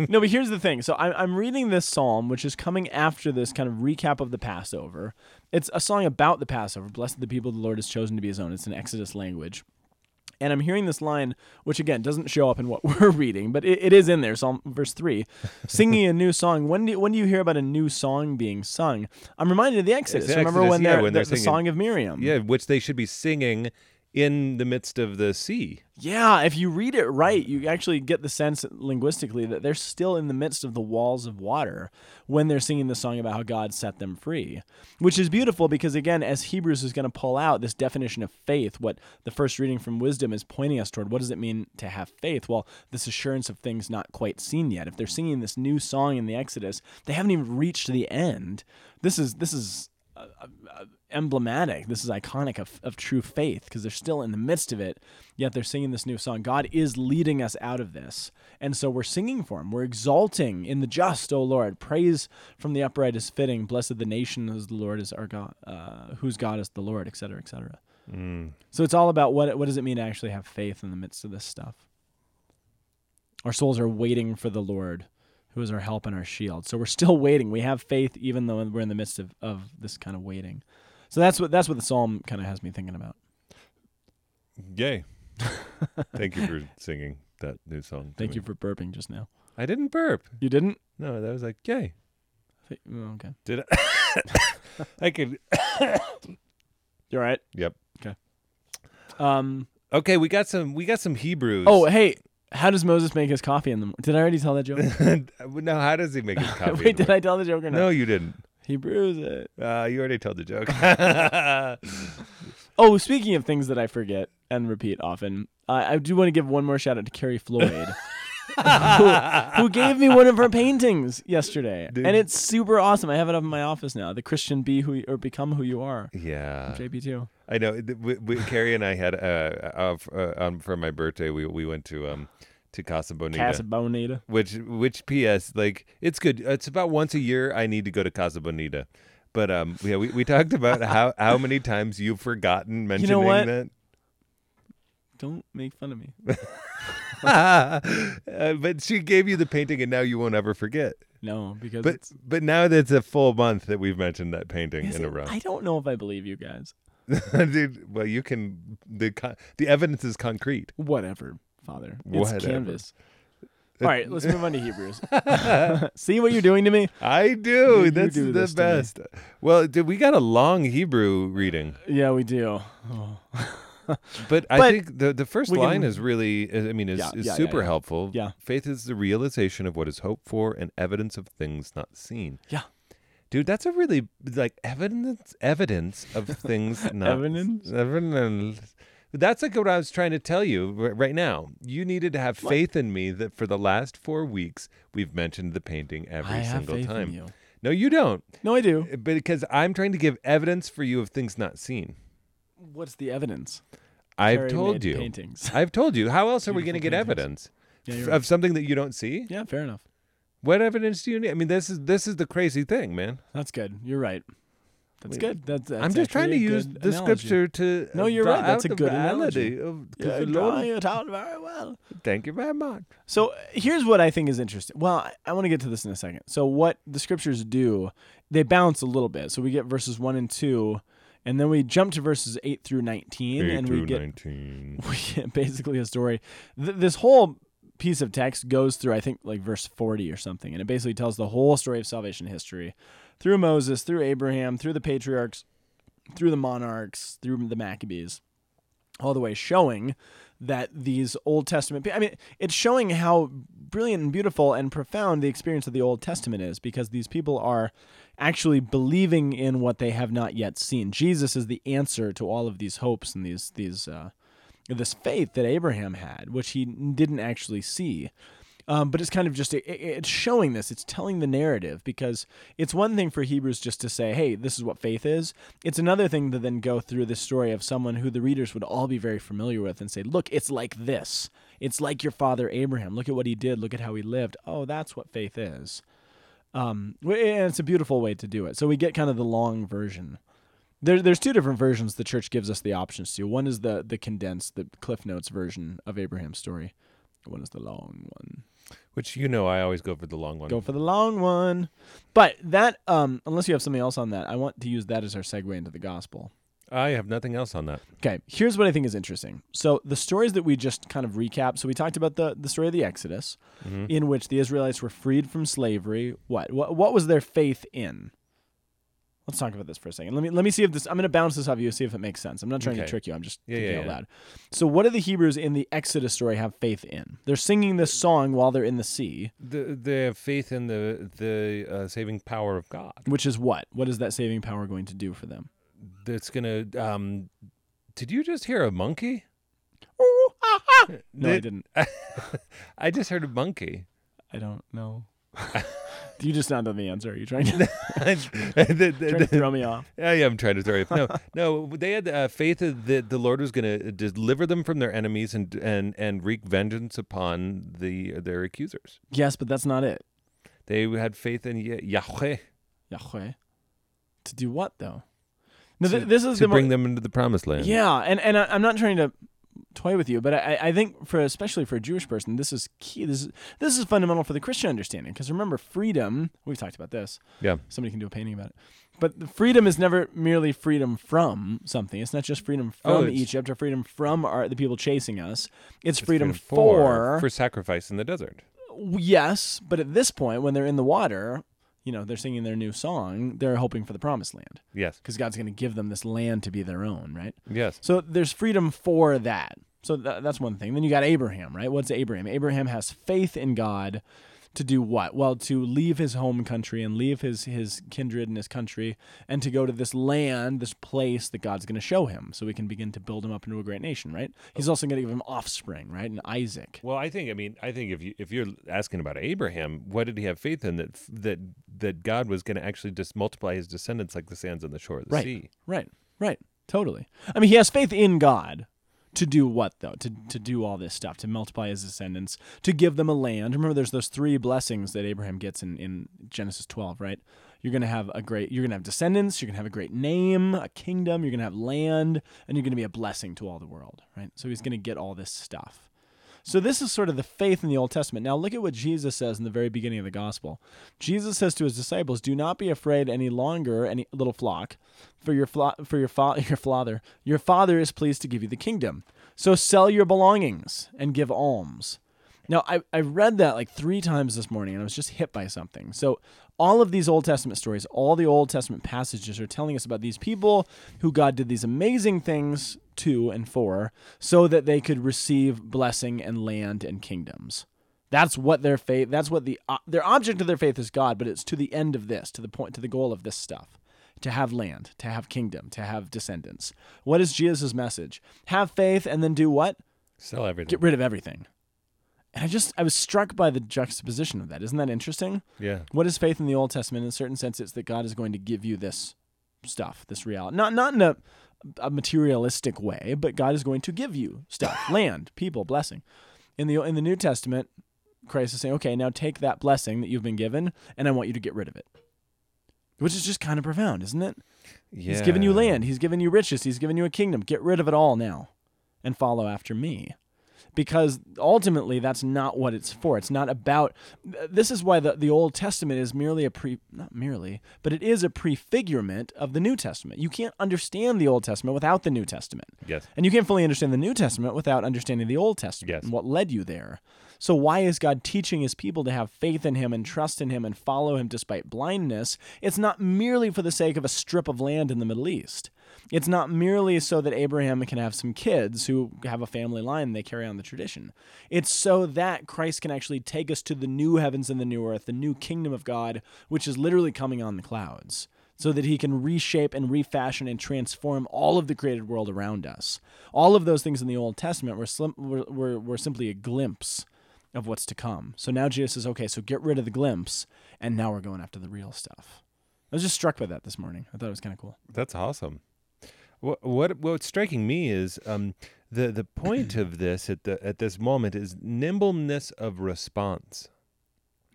[SPEAKER 1] no, but here's the thing. So I'm, I'm reading this psalm, which is coming after this kind of recap of the Passover. It's a song about the Passover. Blessed the people the Lord has chosen to be his own. It's an Exodus language. And I'm hearing this line, which again doesn't show up in what we're reading, but it, it is in there. Psalm verse three, singing a new song. When do when do you hear about a new song being sung? I'm reminded of the Exodus.
[SPEAKER 2] the
[SPEAKER 1] Remember
[SPEAKER 2] Exodus,
[SPEAKER 1] when
[SPEAKER 2] yeah,
[SPEAKER 1] they're,
[SPEAKER 2] when
[SPEAKER 1] the-
[SPEAKER 2] they're
[SPEAKER 1] the
[SPEAKER 2] singing-
[SPEAKER 1] song of Miriam?
[SPEAKER 2] Yeah, which they should be singing in the midst of the sea.
[SPEAKER 1] Yeah, if you read it right, you actually get the sense linguistically that they're still in the midst of the walls of water when they're singing the song about how God set them free, which is beautiful because, again, as Hebrews is going to pull out this definition of faith, what the first reading from Wisdom is pointing us toward, what does it mean to have faith? Well, this assurance of things not quite seen yet. If they're singing this new song in the Exodus, they haven't even reached the end. This is this is emblematic. This is iconic of, of true faith because they're still in the midst of it, yet they're singing this new song. God is leading us out of this. And so we're singing for him. We're exalting in the just, O Lord. Praise from the upright is fitting. Blessed the nation whose the Lord is our God, uh, whose God is the Lord, et cetera, et cetera. So it's all about what, what does it mean to actually have faith in the midst of this stuff? Our souls are waiting for the Lord, who is our help and our shield. So we're still waiting. We have faith, even though we're in the midst of, of this kind of waiting. So that's what that's what the psalm kind of has me thinking about.
[SPEAKER 2] Yay. Thank you for singing that new song. to
[SPEAKER 1] Thank
[SPEAKER 2] me.
[SPEAKER 1] you for burping just now.
[SPEAKER 2] I didn't burp.
[SPEAKER 1] You didn't?
[SPEAKER 2] No, that was like, yay.
[SPEAKER 1] Th- oh, Okay.
[SPEAKER 2] Did I? I could.
[SPEAKER 1] You're right.
[SPEAKER 2] Yep.
[SPEAKER 1] Um.
[SPEAKER 2] Okay, we got some. We got some Hebrews.
[SPEAKER 1] Oh, hey. How does Moses make his coffee in the? Mo- did I already tell that joke?
[SPEAKER 2] no. How does he make his coffee?
[SPEAKER 1] Wait, did I tell the joke or not?
[SPEAKER 2] No, you didn't.
[SPEAKER 1] He brews it.
[SPEAKER 2] Uh, you already told the joke.
[SPEAKER 1] Oh, speaking of things that I forget and repeat often, I I do want to give one more shout out to Carrie Floyd. who, who gave me one of her paintings yesterday,
[SPEAKER 2] Dude.
[SPEAKER 1] and it's super awesome. I have it up in my office now. The Christian be who you, or become who you are.
[SPEAKER 2] yeah,
[SPEAKER 1] JP two.
[SPEAKER 2] I know. th- We, we, Carrie and I had uh, uh, f- uh, um, for my birthday. We we went to um to Casa Bonita.
[SPEAKER 1] Casa Bonita.
[SPEAKER 2] which which PS like it's good. It's about once a year I need to go to Casa Bonita. But um yeah, we, we talked about how how many times you've forgotten mentioning
[SPEAKER 1] what?
[SPEAKER 2] that.
[SPEAKER 1] Don't make fun of me.
[SPEAKER 2] uh, but she gave you the painting and now you won't ever forget.
[SPEAKER 1] No, because
[SPEAKER 2] But
[SPEAKER 1] it's,
[SPEAKER 2] but now that's a full month that we've mentioned that painting
[SPEAKER 1] Is
[SPEAKER 2] in a
[SPEAKER 1] it-
[SPEAKER 2] row.
[SPEAKER 1] I don't know if I believe you guys.
[SPEAKER 2] Dude, well you can the con- the evidence is concrete.
[SPEAKER 1] Whatever, Father. It's
[SPEAKER 2] Whatever.
[SPEAKER 1] canvas. All right, let's move on to Hebrews. See what you're doing to me?
[SPEAKER 2] I do.
[SPEAKER 1] You
[SPEAKER 2] That's
[SPEAKER 1] do
[SPEAKER 2] the
[SPEAKER 1] this to me.
[SPEAKER 2] best. Well, dude, we got a long Hebrew reading,
[SPEAKER 1] Yeah, we do. Oh.
[SPEAKER 2] but, I
[SPEAKER 1] But
[SPEAKER 2] think the the first
[SPEAKER 1] we
[SPEAKER 2] line
[SPEAKER 1] can-
[SPEAKER 2] is really, I mean, is,
[SPEAKER 1] Yeah,
[SPEAKER 2] is
[SPEAKER 1] yeah, yeah,
[SPEAKER 2] super
[SPEAKER 1] yeah.
[SPEAKER 2] helpful.
[SPEAKER 1] Yeah.
[SPEAKER 2] faith is the realization of what is hoped for and evidence of things not seen.
[SPEAKER 1] Yeah.
[SPEAKER 2] Dude, that's a really like evidence evidence of things not
[SPEAKER 1] Evidence?
[SPEAKER 2] Evidence. That's like what I was trying to tell you r- right now. You needed to have faith in me that for the last four weeks we've mentioned the painting every
[SPEAKER 1] I have
[SPEAKER 2] single
[SPEAKER 1] faith
[SPEAKER 2] time.
[SPEAKER 1] in you.
[SPEAKER 2] No, you don't.
[SPEAKER 1] No, I do.
[SPEAKER 2] But because I'm trying to give evidence for you of things not seen.
[SPEAKER 1] What's the evidence?
[SPEAKER 2] I've
[SPEAKER 1] Terry
[SPEAKER 2] told
[SPEAKER 1] made
[SPEAKER 2] you.
[SPEAKER 1] Paintings.
[SPEAKER 2] I've told you. How else are we going to
[SPEAKER 1] Beautiful
[SPEAKER 2] get evidence
[SPEAKER 1] Yeah,
[SPEAKER 2] f-
[SPEAKER 1] you're
[SPEAKER 2] of
[SPEAKER 1] right.
[SPEAKER 2] something that you don't see?
[SPEAKER 1] yeah, fair enough.
[SPEAKER 2] What evidence do you need? I mean, this is this is the crazy thing, man.
[SPEAKER 1] That's good. You're right. That's
[SPEAKER 2] Wait,
[SPEAKER 1] good. That's, that's
[SPEAKER 2] I'm just trying to
[SPEAKER 1] actually a
[SPEAKER 2] use
[SPEAKER 1] good
[SPEAKER 2] the
[SPEAKER 1] analogy.
[SPEAKER 2] scripture to
[SPEAKER 1] No, you're
[SPEAKER 2] draw
[SPEAKER 1] right. That's
[SPEAKER 2] out
[SPEAKER 1] a
[SPEAKER 2] the
[SPEAKER 1] good
[SPEAKER 2] reality of- 'cause
[SPEAKER 1] Yeah,
[SPEAKER 2] the
[SPEAKER 1] you're
[SPEAKER 2] Lord-
[SPEAKER 1] drawing it out very well.
[SPEAKER 2] Thank you very much.
[SPEAKER 1] So uh, here's what I think is interesting. Well, I, I want to get to this in a second. So what the scriptures do, they bounce a little bit. So we get verses one and two, and then we jump to verses eight through nineteen, and we get
[SPEAKER 2] 19.
[SPEAKER 1] we get basically a story. Th- this whole piece of text goes through, I think, like verse 40 or something, and it basically tells the whole story of salvation history through Moses, through Abraham, through the patriarchs, through the monarchs, through the Maccabees, all the way showing that these Old Testament, I mean, it's showing how brilliant and beautiful and profound the experience of the Old Testament is because these people are actually believing in what they have not yet seen. Jesus is the answer to all of these hopes and these these uh, this faith that Abraham had, which he didn't actually see. Um, but it's kind of just it, it's showing this, it's telling the narrative because it's one thing for Hebrews just to say, "Hey, this is what faith is." It's another thing to then go through the story of someone who the readers would all be very familiar with and say, "Look, it's like this. It's like your father Abraham. Look at what he did. Look at how he lived. Oh, that's what faith is." Um, w- and it's a beautiful way to do it. So we get kind of the long version. There, there's two different versions the church gives us the options to. One is the the condensed, the Cliff Notes version of Abraham's story. One is the long one.
[SPEAKER 2] Which you know, I always go for the long one.
[SPEAKER 1] Go for the long one. But that, um, unless you have something else on that, I want to use that as our segue into the gospel.
[SPEAKER 2] I have nothing else on that.
[SPEAKER 1] Okay, here's what I think is interesting. So the stories that we just kind of recap. So we talked about the the story of the Exodus,
[SPEAKER 2] Mm-hmm.
[SPEAKER 1] in which the Israelites were freed from slavery. What what what was their faith in? Let's talk about this for a second. Let me let me see if this. I'm going to bounce this off you, see if it makes sense. I'm not trying
[SPEAKER 2] Okay.
[SPEAKER 1] to trick you. I'm just
[SPEAKER 2] Yeah,
[SPEAKER 1] thinking
[SPEAKER 2] yeah,
[SPEAKER 1] out
[SPEAKER 2] yeah.
[SPEAKER 1] loud. So what do the Hebrews in the Exodus story have faith in? They're singing this song while they're in the sea,
[SPEAKER 2] The, they have faith in the the uh, saving power of God.
[SPEAKER 1] which is what? What is that saving power going to do for them?
[SPEAKER 2] That's gonna. Um, did you just hear a monkey?
[SPEAKER 1] No, I
[SPEAKER 2] They-
[SPEAKER 1] didn't.
[SPEAKER 2] I just heard a monkey.
[SPEAKER 1] I don't know. Do you just not know the answer? Are you trying to,
[SPEAKER 2] The- the-
[SPEAKER 1] trying to
[SPEAKER 2] the-
[SPEAKER 1] throw me off?
[SPEAKER 2] I am trying to throw you. No, no. They had uh, faith that the Lord was going to deliver them from their enemies and and and wreak vengeance upon the uh, their accusers.
[SPEAKER 1] Yes, but that's not it.
[SPEAKER 2] They had faith in Ye- Yahweh
[SPEAKER 1] Yahweh. To do what though? No,
[SPEAKER 2] To-
[SPEAKER 1] th- this is
[SPEAKER 2] to
[SPEAKER 1] the mo-
[SPEAKER 2] bring them into the promised land.
[SPEAKER 1] yeah, and and I, I'm not trying to toy with you, but I, I think for especially for a Jewish person, this is key. This is this is fundamental for the Christian understanding because remember, freedom. We've talked about this.
[SPEAKER 2] Yeah.
[SPEAKER 1] Somebody can do a painting about it. But the freedom is never merely freedom from something. It's not just freedom
[SPEAKER 2] Oh,
[SPEAKER 1] from
[SPEAKER 2] it's-
[SPEAKER 1] Egypt or freedom from our, the people chasing us. It's,
[SPEAKER 2] It's
[SPEAKER 1] freedom,
[SPEAKER 2] for
[SPEAKER 1] for
[SPEAKER 2] for sacrifice in the desert.
[SPEAKER 1] Yes, but at this point, when they're in the water, you know, they're singing their new song, they're hoping for the promised land
[SPEAKER 2] Yes,
[SPEAKER 1] because God's going to give them this land to be their own, right?
[SPEAKER 2] yes.
[SPEAKER 1] So there's freedom for that. So tha- that's one thing. Then you got Abraham, right? What's Abraham? Abraham has faith in God to do what? Well, to leave his home country and leave his his kindred and his country and to go to this land, this place that God's going to show him so we can begin to build him up into a great nation, right? He's also going to give him offspring, right? And Isaac.
[SPEAKER 2] Well, I think I mean I think if you if you're asking about Abraham, what did he have faith in that that that God was going to actually just multiply his descendants like the sands on the shore of the
[SPEAKER 1] Right.
[SPEAKER 2] sea?
[SPEAKER 1] Right. Right. Totally. I mean, he has faith in God to do what though? To to do all this stuff, to multiply his descendants, to give them a land. Remember there's those three blessings that Abraham gets in, in Genesis 12, right? You're going to have a great you're going to have descendants, you're going to have a great name, a kingdom, you're going to have land, and you're going to be a blessing to all the world, right? So he's going to get all this stuff. So this is sort of the faith in the Old Testament. Now look at what Jesus says in the very beginning of the gospel. Jesus says to his disciples, "Do not be afraid any longer, any little flock, for your flo- for your fa- your father, your father is pleased to give you the kingdom. So sell your belongings and give alms." Now, I, I read that like three times this morning and I was just hit by something. So, all of these Old Testament stories, all the Old Testament passages are telling us about these people who God did these amazing things to and for so that they could receive blessing and land and kingdoms. That's what their faith, that's what the, uh, their object of their faith is God, but it's to the end of this, to the point, to the goal of this stuff to have land, to have kingdom, to have descendants. What is Jesus' message? Have faith and then do what?
[SPEAKER 2] Sell everything.
[SPEAKER 1] Get rid of everything. And I just, I was struck by the juxtaposition of that. Isn't that interesting?
[SPEAKER 2] yeah.
[SPEAKER 1] What is faith in the Old Testament? In a certain sense, it's that God is going to give you this stuff, this reality. Not, not in a, a materialistic way, but God is going to give you stuff, land, people, blessing. In the, in the New Testament, Christ is saying, okay, now take that blessing that you've been given, and I want you to get rid of it. Which is just kind of profound, isn't it?
[SPEAKER 2] Yeah.
[SPEAKER 1] He's given you land. He's given you riches. He's given you a kingdom. Get rid of it all now and follow after me. Because ultimately, that's not what it's for. It's not about. This is why the, the Old Testament is merely a pre. Not merely, but it is a prefigurement of the New Testament. You can't understand the Old Testament without the New Testament.
[SPEAKER 2] Yes.
[SPEAKER 1] And you can't fully understand the New Testament without understanding the Old Testament
[SPEAKER 2] Yes.
[SPEAKER 1] and what led you there. So, why is God teaching his people to have faith in him and trust in him and follow him despite blindness? It's not merely for the sake of a strip of land in the Middle East. It's not merely so that Abraham can have some kids who have a family line and they carry on the tradition. It's so that Christ can actually take us to the new heavens and the new earth, the new kingdom of God, which is literally coming on the clouds so that he can reshape and refashion and transform all of the created world around us. All of those things in the Old Testament were, slim, were, were, were simply a glimpse of what's to come. So now Jesus says, okay, so get rid of the glimpse, and now we're going after the real stuff. I was just struck by that this morning. I thought it was kind of cool.
[SPEAKER 2] That's awesome. What what what's striking me is um, the the point of this at the at this moment is nimbleness of response.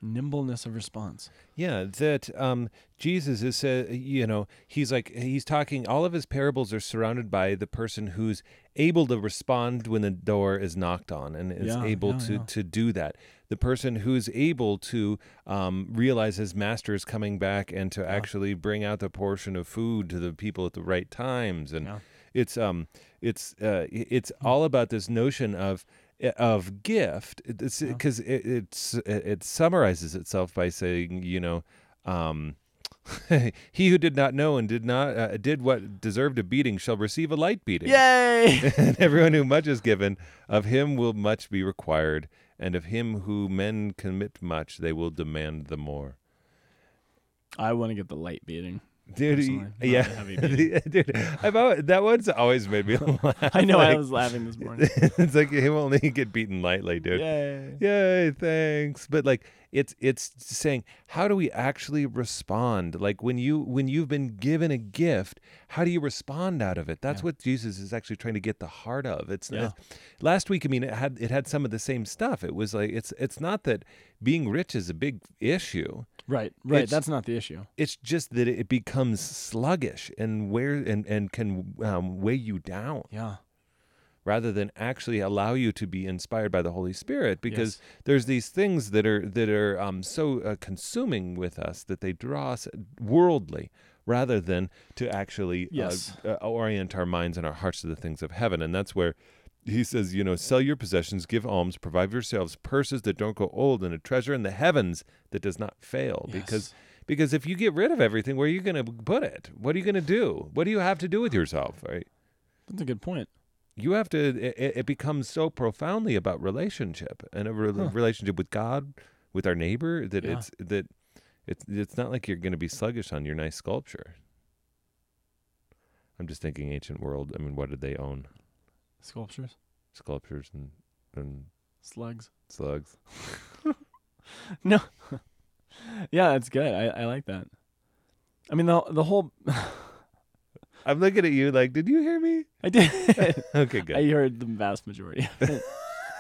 [SPEAKER 1] Nimbleness of response.
[SPEAKER 2] Yeah, that um, Jesus is, uh, you know, he's like he's talking. All of his parables are surrounded by the person who's able to respond when the door is knocked on, and is
[SPEAKER 1] Yeah,
[SPEAKER 2] able
[SPEAKER 1] yeah,
[SPEAKER 2] to
[SPEAKER 1] yeah.
[SPEAKER 2] to do that. The person who's able to um, realize his master is coming back and to actually bring out the portion of food to the people at the right times, and
[SPEAKER 1] Yeah.
[SPEAKER 2] it's um, it's uh, i- it's
[SPEAKER 1] Hmm.
[SPEAKER 2] all about this notion of eh, of gift because it, it's it, it summarizes itself by saying you know um he who did not know and did not uh, did what deserved a beating shall receive a light beating
[SPEAKER 1] Yay!
[SPEAKER 2] and everyone who much is given of him will much be required and of him who men commit much they will demand the more
[SPEAKER 1] I want to get the light beating.
[SPEAKER 2] dude
[SPEAKER 1] Personally, not
[SPEAKER 2] e- yeah
[SPEAKER 1] a heavy
[SPEAKER 2] dude I've always, that one's always made me laugh
[SPEAKER 1] I know I
[SPEAKER 2] like,
[SPEAKER 1] was laughing this morning.
[SPEAKER 2] it's like him only get beaten lightly dude
[SPEAKER 1] Yay.
[SPEAKER 2] yay thanks but like it's it's saying how do we actually respond like when you when you've been given a gift how do you respond out of it that's what jesus is actually trying to get the heart of it's
[SPEAKER 1] Yeah.
[SPEAKER 2] last week i mean it had it had some of the same stuff it was like it's it's not that being rich is a big issue
[SPEAKER 1] Right, right.
[SPEAKER 2] It's-
[SPEAKER 1] That's not the issue.
[SPEAKER 2] it's just that it becomes sluggish and wear and and can um, weigh you down
[SPEAKER 1] Yeah.
[SPEAKER 2] rather than actually allow you to be inspired by the Holy Spirit because there's these things that are that are um, so uh, consuming with us that they draw us worldly rather than to actually
[SPEAKER 1] Yes.
[SPEAKER 2] uh, uh, orient our minds and our hearts to the things of heaven and that's where he says, you know, sell your possessions, give alms, provide for yourselves purses that don't grow old, and a treasure in the heavens that does not fail. Because,
[SPEAKER 1] Yes.
[SPEAKER 2] because if you get rid of everything, where are you going to put it? What are you going to do? What do you have to do with yourself? Right?
[SPEAKER 1] That's a good point.
[SPEAKER 2] you have to it, it becomes so profoundly about relationship and a re- relationship with god with our neighbor that
[SPEAKER 1] Yeah.
[SPEAKER 2] it's that it's it's not like you're going to be sluggish on your nice sculpture i'm just thinking ancient world i mean what did they own
[SPEAKER 1] Sculptures,
[SPEAKER 2] sculptures and and
[SPEAKER 1] slugs.
[SPEAKER 2] slugs
[SPEAKER 1] Yeah, that's good. I, I like that. I mean, the the whole
[SPEAKER 2] i'm looking at you like did you hear me
[SPEAKER 1] I did.
[SPEAKER 2] okay
[SPEAKER 1] I
[SPEAKER 2] good
[SPEAKER 1] heard the vast majority. of it.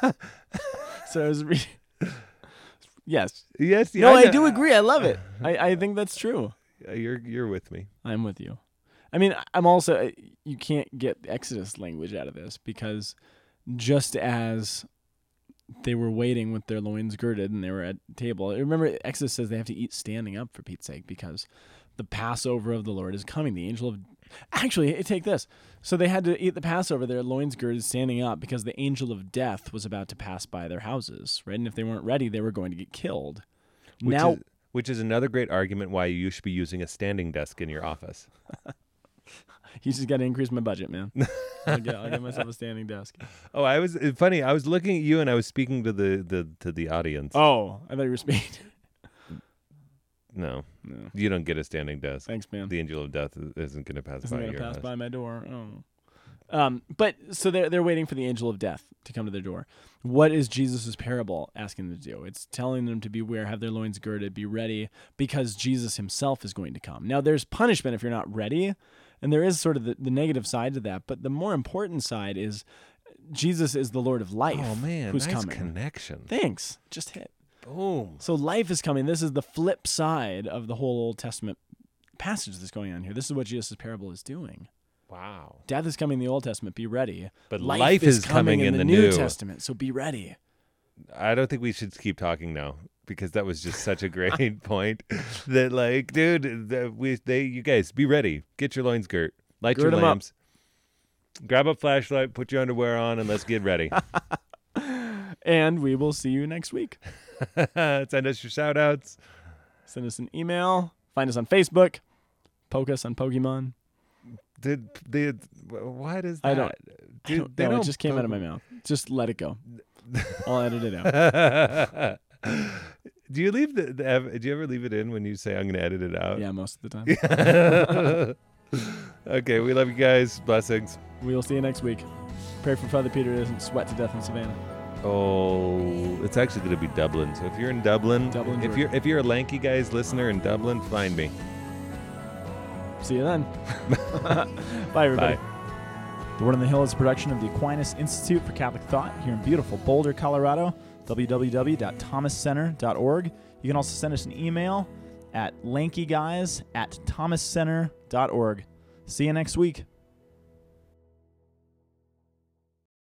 [SPEAKER 1] so I was reading. Yes.
[SPEAKER 2] yes yeah,
[SPEAKER 1] no, I
[SPEAKER 2] know-
[SPEAKER 1] do agree. I love it. I, I think that's true.
[SPEAKER 2] Uh, you're you're with me
[SPEAKER 1] I'm with you. I mean, I'm also you can't get Exodus language out of this because just as they were waiting with their loins girded and they were at table. Remember, Exodus says they have to eat standing up for Pete's sake because the Passover of the Lord is coming. The angel of Actually, it- take this. So they had to eat the Passover, their loins girded, standing up, because the angel of death was about to pass by their houses, right? And if they weren't ready, they were going to get killed.
[SPEAKER 2] Which
[SPEAKER 1] now,
[SPEAKER 2] is, which is another great argument why you should be using a standing desk in your office.
[SPEAKER 1] he's just got to increase my budget, man. I'll, get, I'll get myself a standing desk.
[SPEAKER 2] Oh, I was it's funny. I was looking at you and I was speaking to the, the to the audience.
[SPEAKER 1] Oh, I thought you were speaking.
[SPEAKER 2] No,
[SPEAKER 1] No.
[SPEAKER 2] you don't get a standing desk.
[SPEAKER 1] Thanks, man.
[SPEAKER 2] The angel of death i- isn't going to pass
[SPEAKER 1] Isn't
[SPEAKER 2] by
[SPEAKER 1] going
[SPEAKER 2] your
[SPEAKER 1] to pass
[SPEAKER 2] house.
[SPEAKER 1] by my door. Oh. Um, but so they're they're waiting for the angel of death to come to their door. What is Jesus' parable asking them to do? It's telling them to beware, have their loins girded, be ready, because Jesus himself is going to come. Now there's punishment if you're not ready, and there is sort of the, the negative side to that, but the more important side is Jesus is the Lord of life.
[SPEAKER 2] Oh man,
[SPEAKER 1] who's
[SPEAKER 2] nice
[SPEAKER 1] coming?
[SPEAKER 2] connection.
[SPEAKER 1] Thanks. Just hit.
[SPEAKER 2] Boom.
[SPEAKER 1] So life is coming. This is the flip side of the whole Old Testament passage that's going on here. This is what Jesus' parable is doing.
[SPEAKER 2] Wow.
[SPEAKER 1] Death is coming in the Old Testament. Be ready.
[SPEAKER 2] But life is coming in the
[SPEAKER 1] New
[SPEAKER 2] new.
[SPEAKER 1] Testament. So be ready.
[SPEAKER 2] I don't think we should keep talking now because that was just such a great point. That like, dude, the, we they you guys be ready. Get your loins girt. Light
[SPEAKER 1] Gird
[SPEAKER 2] your
[SPEAKER 1] 'em up.
[SPEAKER 2] lamps. Grab a flashlight. Put your underwear on and let's get ready.
[SPEAKER 1] And we will see you next week.
[SPEAKER 2] Send us your shout outs.
[SPEAKER 1] Send us an email. Find us on Facebook. Poke us on Pokemon.
[SPEAKER 2] Did they? Why does that?
[SPEAKER 1] I don't-
[SPEAKER 2] Dude,
[SPEAKER 1] I don't
[SPEAKER 2] they
[SPEAKER 1] know,
[SPEAKER 2] don't
[SPEAKER 1] it just came out of my mouth. Just let it go. I'll edit it out.
[SPEAKER 2] do you leave the, the ev- do you ever leave it in when you say I'm going to edit it out?
[SPEAKER 1] Yeah, most of the time.
[SPEAKER 2] okay, we love you guys. Blessings.
[SPEAKER 1] We will see you next week. Pray for Father Peter doesn't sweat to death in Savannah.
[SPEAKER 2] Oh, it's actually going to be Dublin. So if you're in Dublin,
[SPEAKER 1] Dublin,
[SPEAKER 2] if
[SPEAKER 1] Georgia.
[SPEAKER 2] you're if you're a lanky guys listener in Dublin, find me.
[SPEAKER 1] See you then. Bye, everybody.
[SPEAKER 2] Bye.
[SPEAKER 1] The Word on the Hill is a production of the Aquinas Institute for Catholic Thought here in beautiful Boulder, Colorado, www.thomascenter.org. You can also send us an email at lankyguys at thomascenter.org. See you next week.